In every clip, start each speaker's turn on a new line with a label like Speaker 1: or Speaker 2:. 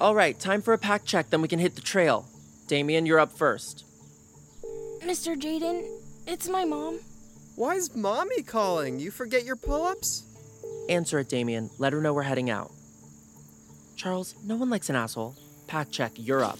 Speaker 1: All right, time for a pack check, then we can hit the trail. Damien, you're up first.
Speaker 2: Mr. Jaden, it's my mom.
Speaker 3: Why's mommy calling? You forget your pull ups?
Speaker 1: Answer it, Damien. Let her know we're heading out. Charles, no one likes an asshole. Pack check, you're up.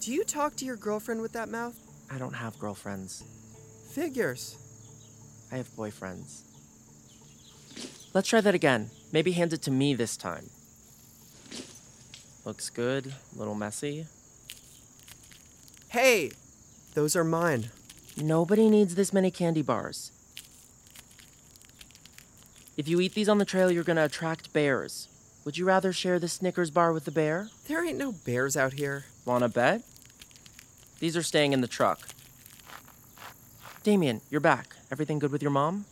Speaker 3: Do you talk to your girlfriend with that mouth?
Speaker 1: I don't have girlfriends.
Speaker 3: Figures.
Speaker 1: I have boyfriends. Let's try that again. Maybe hand it to me this time. Looks good, little messy.
Speaker 3: Hey, those are mine.
Speaker 1: Nobody needs this many candy bars. If you eat these on the trail, you're gonna attract bears. Would you rather share the Snickers bar with the bear?
Speaker 3: There ain't no bears out here.
Speaker 1: Wanna bet? These are staying in the truck. Damien, you're back. Everything good with your mom?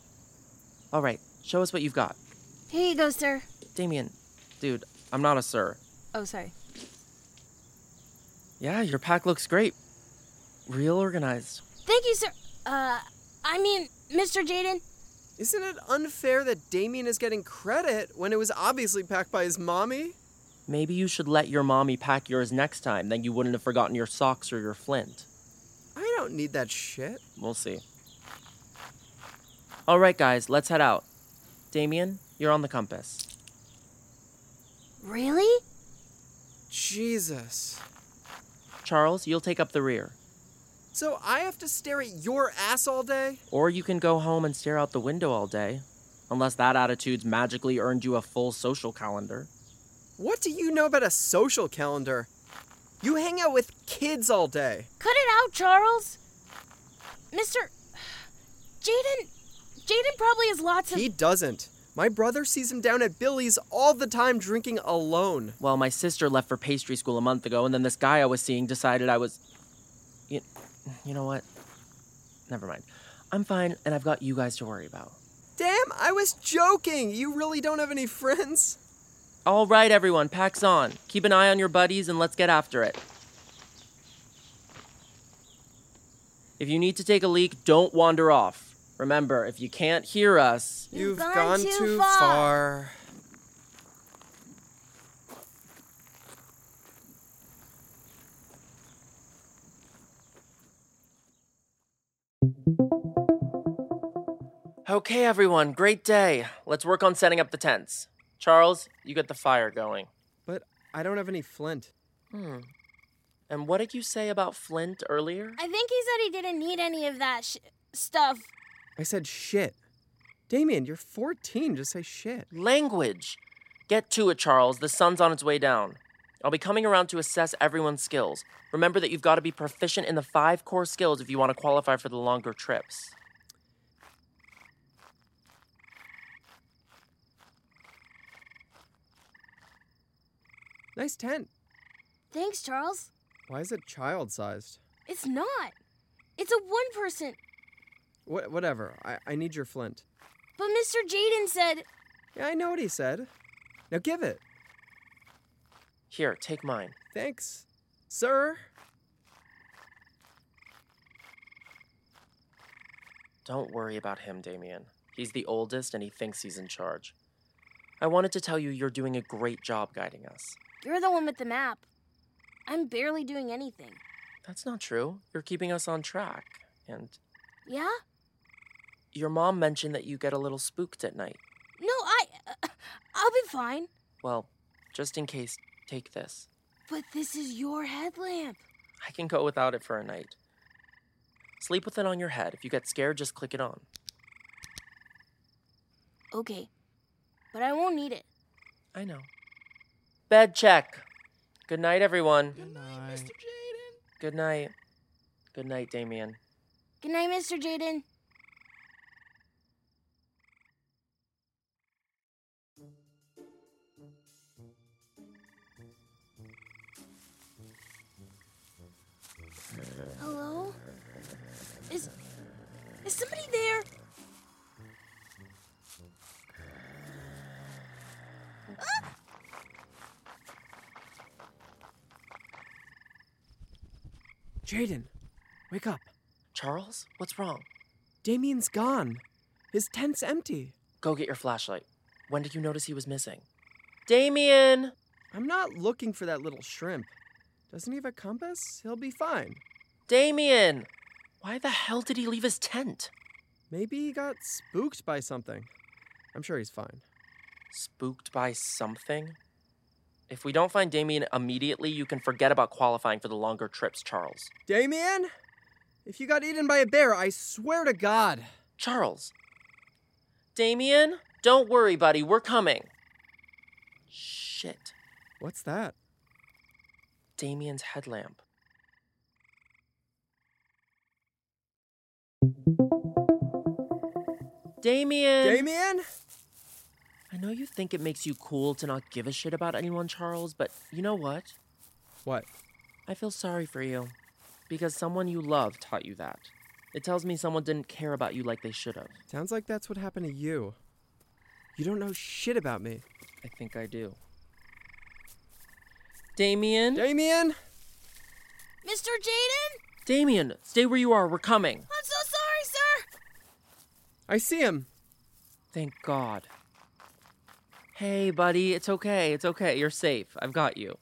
Speaker 1: All right, show us what you've got.
Speaker 2: Here you go, sir.
Speaker 1: Damien, dude, I'm not a sir.
Speaker 2: Oh, sorry.
Speaker 1: Yeah, your pack looks great. Real organized.
Speaker 2: Thank you, sir. Uh, I mean, Mr. Jaden.
Speaker 3: Isn't it unfair that Damien is getting credit when it was obviously packed by his mommy?
Speaker 1: Maybe you should let your mommy pack yours next time, then you wouldn't have forgotten your socks or your flint.
Speaker 3: I don't need that shit.
Speaker 1: We'll see. All right, guys, let's head out. Damien, you're on the compass.
Speaker 2: Really?
Speaker 3: Jesus.
Speaker 1: Charles, you'll take up the rear.
Speaker 3: So I have to stare at your ass all day?
Speaker 1: Or you can go home and stare out the window all day, unless that attitude's magically earned you a full social calendar.
Speaker 3: What do you know about a social calendar? You hang out with kids all day.
Speaker 2: Cut it out, Charles. Mr. Jaden. Jaden probably has lots of.
Speaker 3: He doesn't. My brother sees him down at Billy's all the time drinking alone.
Speaker 1: Well, my sister left for pastry school a month ago, and then this guy I was seeing decided I was. You, you know what? Never mind. I'm fine, and I've got you guys to worry about.
Speaker 3: Damn, I was joking. You really don't have any friends?
Speaker 1: All right, everyone, packs on. Keep an eye on your buddies, and let's get after it. If you need to take a leak, don't wander off. Remember, if you can't hear us,
Speaker 2: You've gone too far.
Speaker 1: Okay, everyone, great day. Let's work on setting up the tents. Charles, you get the fire going.
Speaker 3: But I don't have any flint.
Speaker 1: Hmm. And what did you say about Flint earlier?
Speaker 2: I think he said he didn't need any of that sh- stuff.
Speaker 3: I said shit. Damien, you're 14. Just say shit.
Speaker 1: Language! Get to it, Charles. The sun's on its way down. I'll be coming around to assess everyone's skills. Remember that you've got to be proficient in the five core skills if you want to qualify for the longer trips.
Speaker 3: Nice tent.
Speaker 2: Thanks, Charles.
Speaker 3: Why is it child sized?
Speaker 2: It's not. It's a one person.
Speaker 3: What, whatever. I, I need your flint.
Speaker 2: But Mr. Jaden said,
Speaker 3: Yeah, I know what he said. Now give it.
Speaker 1: Here, take mine.
Speaker 3: Thanks, sir.
Speaker 1: Don't worry about him, Damien. He's the oldest and he thinks he's in charge. I wanted to tell you you're doing a great job guiding us.
Speaker 2: You're the one with the map. I'm barely doing anything.
Speaker 1: That's not true. You're keeping us on track. And
Speaker 2: Yeah?
Speaker 1: your mom mentioned that you get a little spooked at night.
Speaker 2: No, I. Uh, I'll be fine.
Speaker 1: Well, just in case, take this.
Speaker 2: But this is your headlamp.
Speaker 1: I can go without it for a night. Sleep with it on your head. If you get scared, just click it on.
Speaker 2: Okay. But I won't need it.
Speaker 1: I know. Bed check. Good night, everyone.
Speaker 3: Good night, Mr. Jaden.
Speaker 1: Good night. Good night, Damien.
Speaker 2: Good night, Mr. Jaden. Hello? Is is somebody there?
Speaker 3: Jaden, wake up.
Speaker 1: Charles, what's wrong?
Speaker 3: Damien's gone. His tent's empty.
Speaker 1: Go get your flashlight. When did you notice he was missing? Damien!
Speaker 3: I'm not looking for that little shrimp. Doesn't he have a compass? He'll be fine.
Speaker 1: Damien! Why the hell did he leave his tent?
Speaker 3: Maybe he got spooked by something. I'm sure he's fine.
Speaker 1: Spooked by something? If we don't find Damien immediately, you can forget about qualifying for the longer trips, Charles.
Speaker 3: Damien? If you got eaten by a bear, I swear to God.
Speaker 1: Charles. Damien, don't worry, buddy. We're coming. Shit.
Speaker 3: What's that?
Speaker 1: Damien's headlamp. Damien!
Speaker 3: Damien?
Speaker 1: I know you think it makes you cool to not give a shit about anyone, Charles, but you know what?
Speaker 3: What?
Speaker 1: I feel sorry for you. Because someone you love taught you that. It tells me someone didn't care about you like they should have.
Speaker 3: Sounds like that's what happened to you. You don't know shit about me.
Speaker 1: I think I do. Damien?
Speaker 3: Damien?
Speaker 2: Mr. Jaden?
Speaker 1: Damien, stay where you are. We're coming.
Speaker 2: I'm so sorry, sir!
Speaker 3: I see him.
Speaker 1: Thank God. Hey, buddy, it's okay. It's okay. You're safe. I've got you.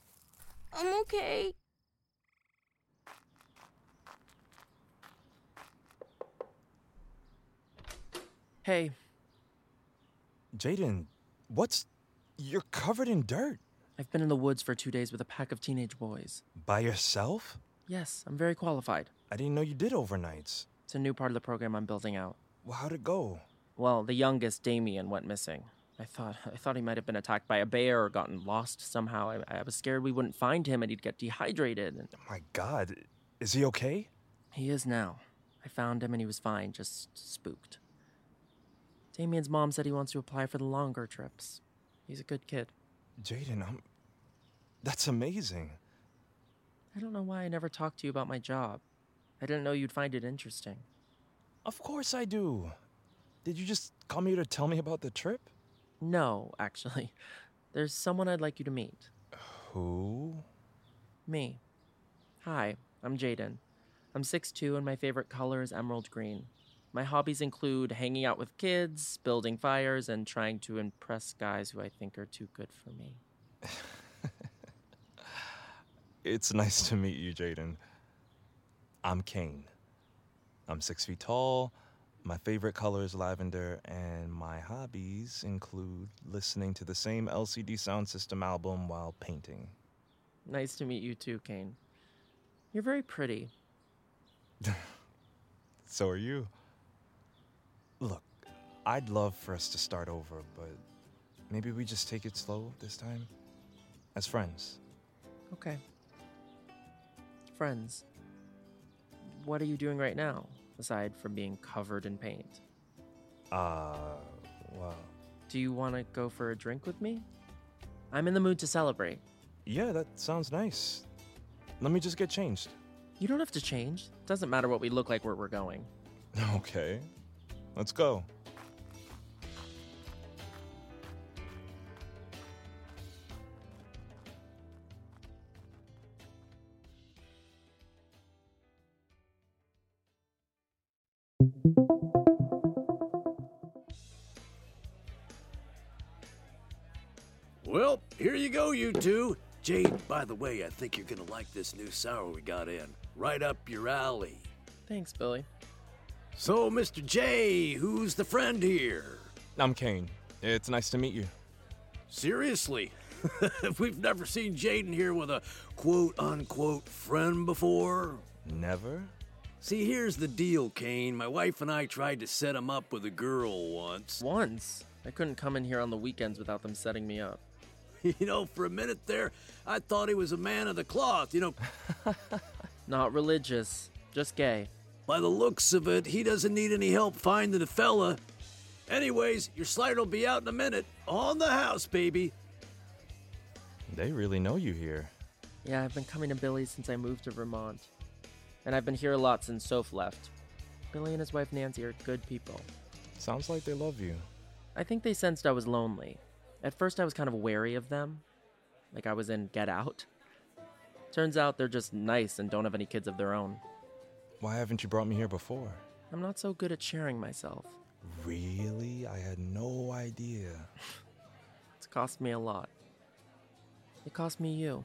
Speaker 2: I'm okay.
Speaker 1: Hey,
Speaker 4: Jaden, what's. You're covered in dirt.
Speaker 1: I've been in the woods for two days with a pack of teenage boys.
Speaker 4: By yourself?
Speaker 1: Yes, I'm very qualified.
Speaker 4: I didn't know you did overnights.
Speaker 1: It's a new part of the program I'm building out.
Speaker 4: Well, how'd it go?
Speaker 1: Well, the youngest, Damien, went missing. I thought I thought he might have been attacked by a bear or gotten lost somehow. I, I was scared we wouldn't find him and he'd get dehydrated. And
Speaker 4: My god, is he okay?
Speaker 1: he is now. I found him and he was fine, just spooked. Damien's mom said he wants to apply for the longer trips. He's a good kid.
Speaker 4: Jaden, I'm. That's amazing.
Speaker 1: I don't know why I never talked to you about my job. I didn't know you'd find it interesting.
Speaker 4: Of course I do. Did you just come here to tell me about the trip?
Speaker 1: No, actually. There's someone I'd like you to meet.
Speaker 4: Who?
Speaker 1: Me. Hi, I'm Jaden. I'm 6'2 and my favorite color is emerald green. My hobbies include hanging out with kids, building fires, and trying to impress guys who I think are too good for me.
Speaker 4: It's nice to meet you, Jaden. I'm Kane. I'm six feet tall. My favorite color is lavender, and my hobbies include listening to the same LCD sound system album while painting.
Speaker 1: Nice to meet you too, Kane. You're very pretty.
Speaker 4: So are you. Look, I'd love for us to start over, but maybe we just take it slow this time? As friends.
Speaker 1: Okay. Friends, what are you doing right now, aside from being covered in paint?
Speaker 4: Uh, well.
Speaker 1: Do you want to go for a drink with me? I'm in the mood to celebrate.
Speaker 4: Yeah, that sounds nice. Let me just get changed.
Speaker 1: You don't have to change. Doesn't matter what we look like where we're going.
Speaker 4: Okay. Let's go.
Speaker 5: Well, here you go, you two. Jade, by the way, I think you're gonna like this new sour we got in. Right up your alley.
Speaker 1: Thanks, Billy.
Speaker 5: So, Mr. J, who's the friend here?
Speaker 4: I'm Kane. It's nice to meet you.
Speaker 5: Seriously, we've never seen Jaden here with a quote unquote friend before.
Speaker 4: Never?
Speaker 5: See, here's the deal, Kane. My wife and I tried to set him up with a girl once.
Speaker 1: Once, I couldn't come in here on the weekends without them setting me up.
Speaker 5: You know, for a minute there, I thought he was a man of the cloth. You know,
Speaker 1: Not religious, just gay.
Speaker 5: By the looks of it, he doesn't need any help finding the fella. Anyways, your slider'll be out in a minute. On the house, baby.
Speaker 4: They really know you here.
Speaker 1: Yeah, I've been coming to Billy's since I moved to Vermont. And I've been here a lot since Soph left. Billy and his wife Nancy are good people.
Speaker 4: Sounds like they love you.
Speaker 1: I think they sensed I was lonely. At first, I was kind of wary of them, like I was in Get Out. Turns out they're just nice and don't have any kids of their own.
Speaker 4: Why haven't you brought me here before?
Speaker 1: I'm not so good at sharing myself.
Speaker 4: Really? I had no idea.
Speaker 1: It's cost me a lot. It cost me you.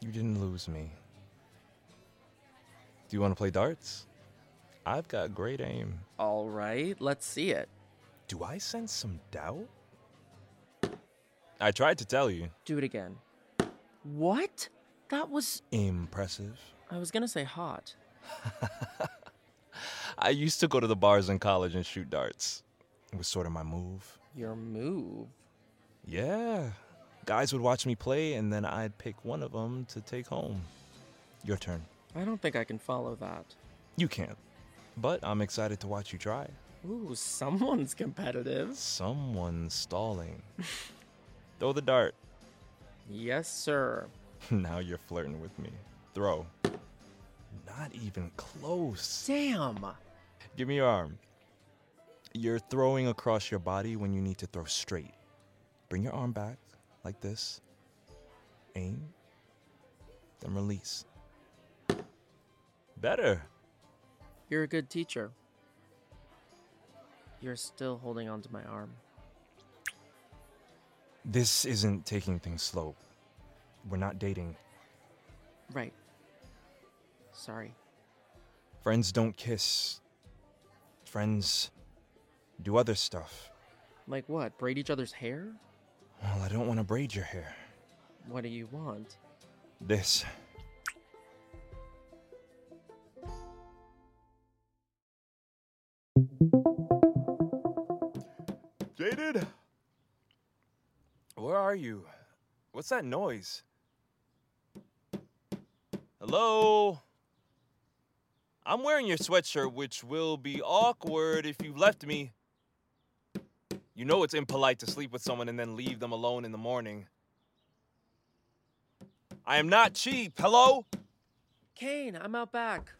Speaker 4: You didn't lose me. Do you want to play darts? I've got great aim.
Speaker 1: All right, let's see it.
Speaker 4: Do I sense some doubt? I tried to tell you.
Speaker 1: Do it again. What? That was.
Speaker 4: Impressive.
Speaker 1: I was gonna say hot.
Speaker 4: I used to go to the bars in college and shoot darts. It was sort of my move.
Speaker 1: Your move.
Speaker 4: Yeah. Guys would watch me play and then I'd pick one of them to take home. Your turn.
Speaker 1: I don't think I can follow that.
Speaker 4: You can't. But I'm excited to watch you try.
Speaker 1: Ooh, someone's competitive.
Speaker 4: Someone's stalling. Throw the dart.
Speaker 1: Yes, sir.
Speaker 4: Now you're flirting with me. Throw. Not even close.
Speaker 1: Damn.
Speaker 4: Give me your arm. You're throwing across your body when you need to throw straight. Bring your arm back like this. Aim. Then release. Better.
Speaker 1: You're a good teacher. You're still holding onto my arm.
Speaker 4: This isn't taking things slow. We're not dating.
Speaker 1: Right. Sorry.
Speaker 4: Friends don't kiss. Friends do other stuff.
Speaker 1: Like what? Braid each other's hair?
Speaker 4: Well, I don't want to braid your hair.
Speaker 1: What do you want?
Speaker 4: This. Jaded? Where are you? What's that noise? Hello? I'm wearing your sweatshirt, which will be awkward if you left me. You know it's impolite to sleep with someone and then leave them alone in the morning. I am not cheap. Hello?
Speaker 1: Kane, I'm out back.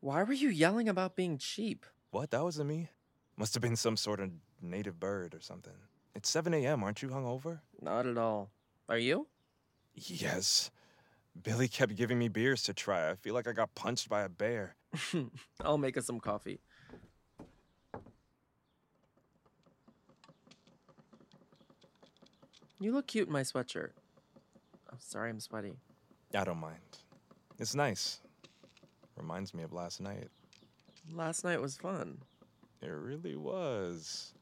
Speaker 1: Why were you yelling about being cheap?
Speaker 4: What? That wasn't me. Must have been some sort of native bird or something. It's 7 a.m. Aren't you hungover?
Speaker 1: Not at all. Are you?
Speaker 4: Yes. Billy kept giving me beers to try. I feel like I got punched by a bear.
Speaker 1: I'll make us some coffee. You look cute in my sweatshirt. I'm sorry I'm sweaty.
Speaker 4: I don't mind. It's nice. Reminds me of last night.
Speaker 1: Last night was fun.
Speaker 4: It really was.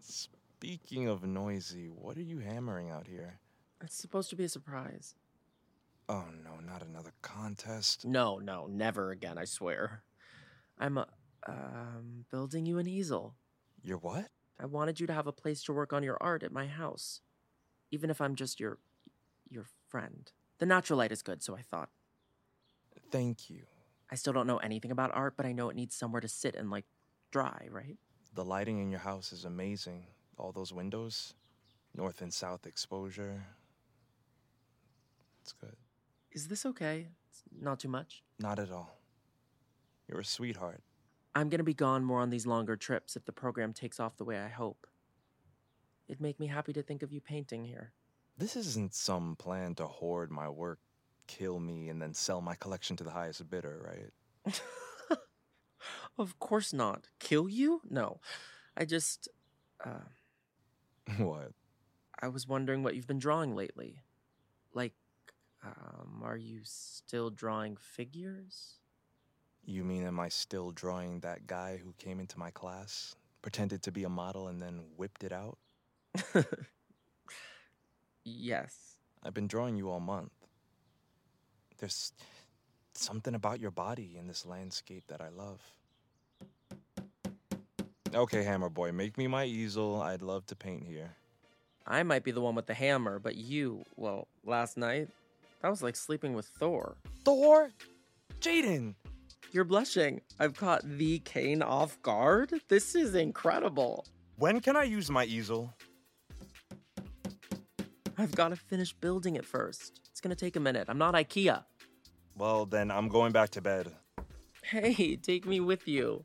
Speaker 4: Speaking of noisy, what are you hammering out here?
Speaker 1: It's supposed to be a surprise.
Speaker 4: Oh no, not another contest.
Speaker 1: No, no, never again, I swear. I'm uh, um, building you an easel.
Speaker 4: You're what?
Speaker 1: I wanted you to have a place to work on your art at my house, even if I'm just your your friend. The natural light is good, so I thought.
Speaker 4: Thank you.
Speaker 1: I still don't know anything about art, but I know it needs somewhere to sit and like dry, right?
Speaker 4: The lighting in your house is amazing. All those windows, north and south exposure. It's good.
Speaker 1: Is this okay? It's not too much.
Speaker 4: Not at all. You're a sweetheart.
Speaker 1: I'm going to be gone more on these longer trips if the program takes off the way I hope. It'd make me happy to think of you painting here.
Speaker 4: This isn't some plan to hoard my work, kill me, and then sell my collection to the highest bidder, right?
Speaker 1: Of course not. Kill you? No. I just. Uh,
Speaker 4: What?
Speaker 1: I was wondering what you've been drawing lately. Like, um, are you still drawing figures?
Speaker 4: You mean, am I still drawing that guy who came into my class, pretended to be a model, and then whipped it out?
Speaker 1: Yes.
Speaker 4: I've been drawing you all month. There's something about your body in this landscape that I love. Okay, Hammer Boy, make me my easel. I'd love to paint here.
Speaker 1: I might be the one with the hammer, but you, well, last night, that was like sleeping with Thor.
Speaker 4: Thor? Jaden!
Speaker 1: You're blushing. I've caught the Kane off guard. This is incredible.
Speaker 4: When can I use my easel?
Speaker 1: I've got to finish building it first. It's going to take a minute. I'm not IKEA.
Speaker 4: Well, then I'm going back to bed.
Speaker 1: Hey, take me with you.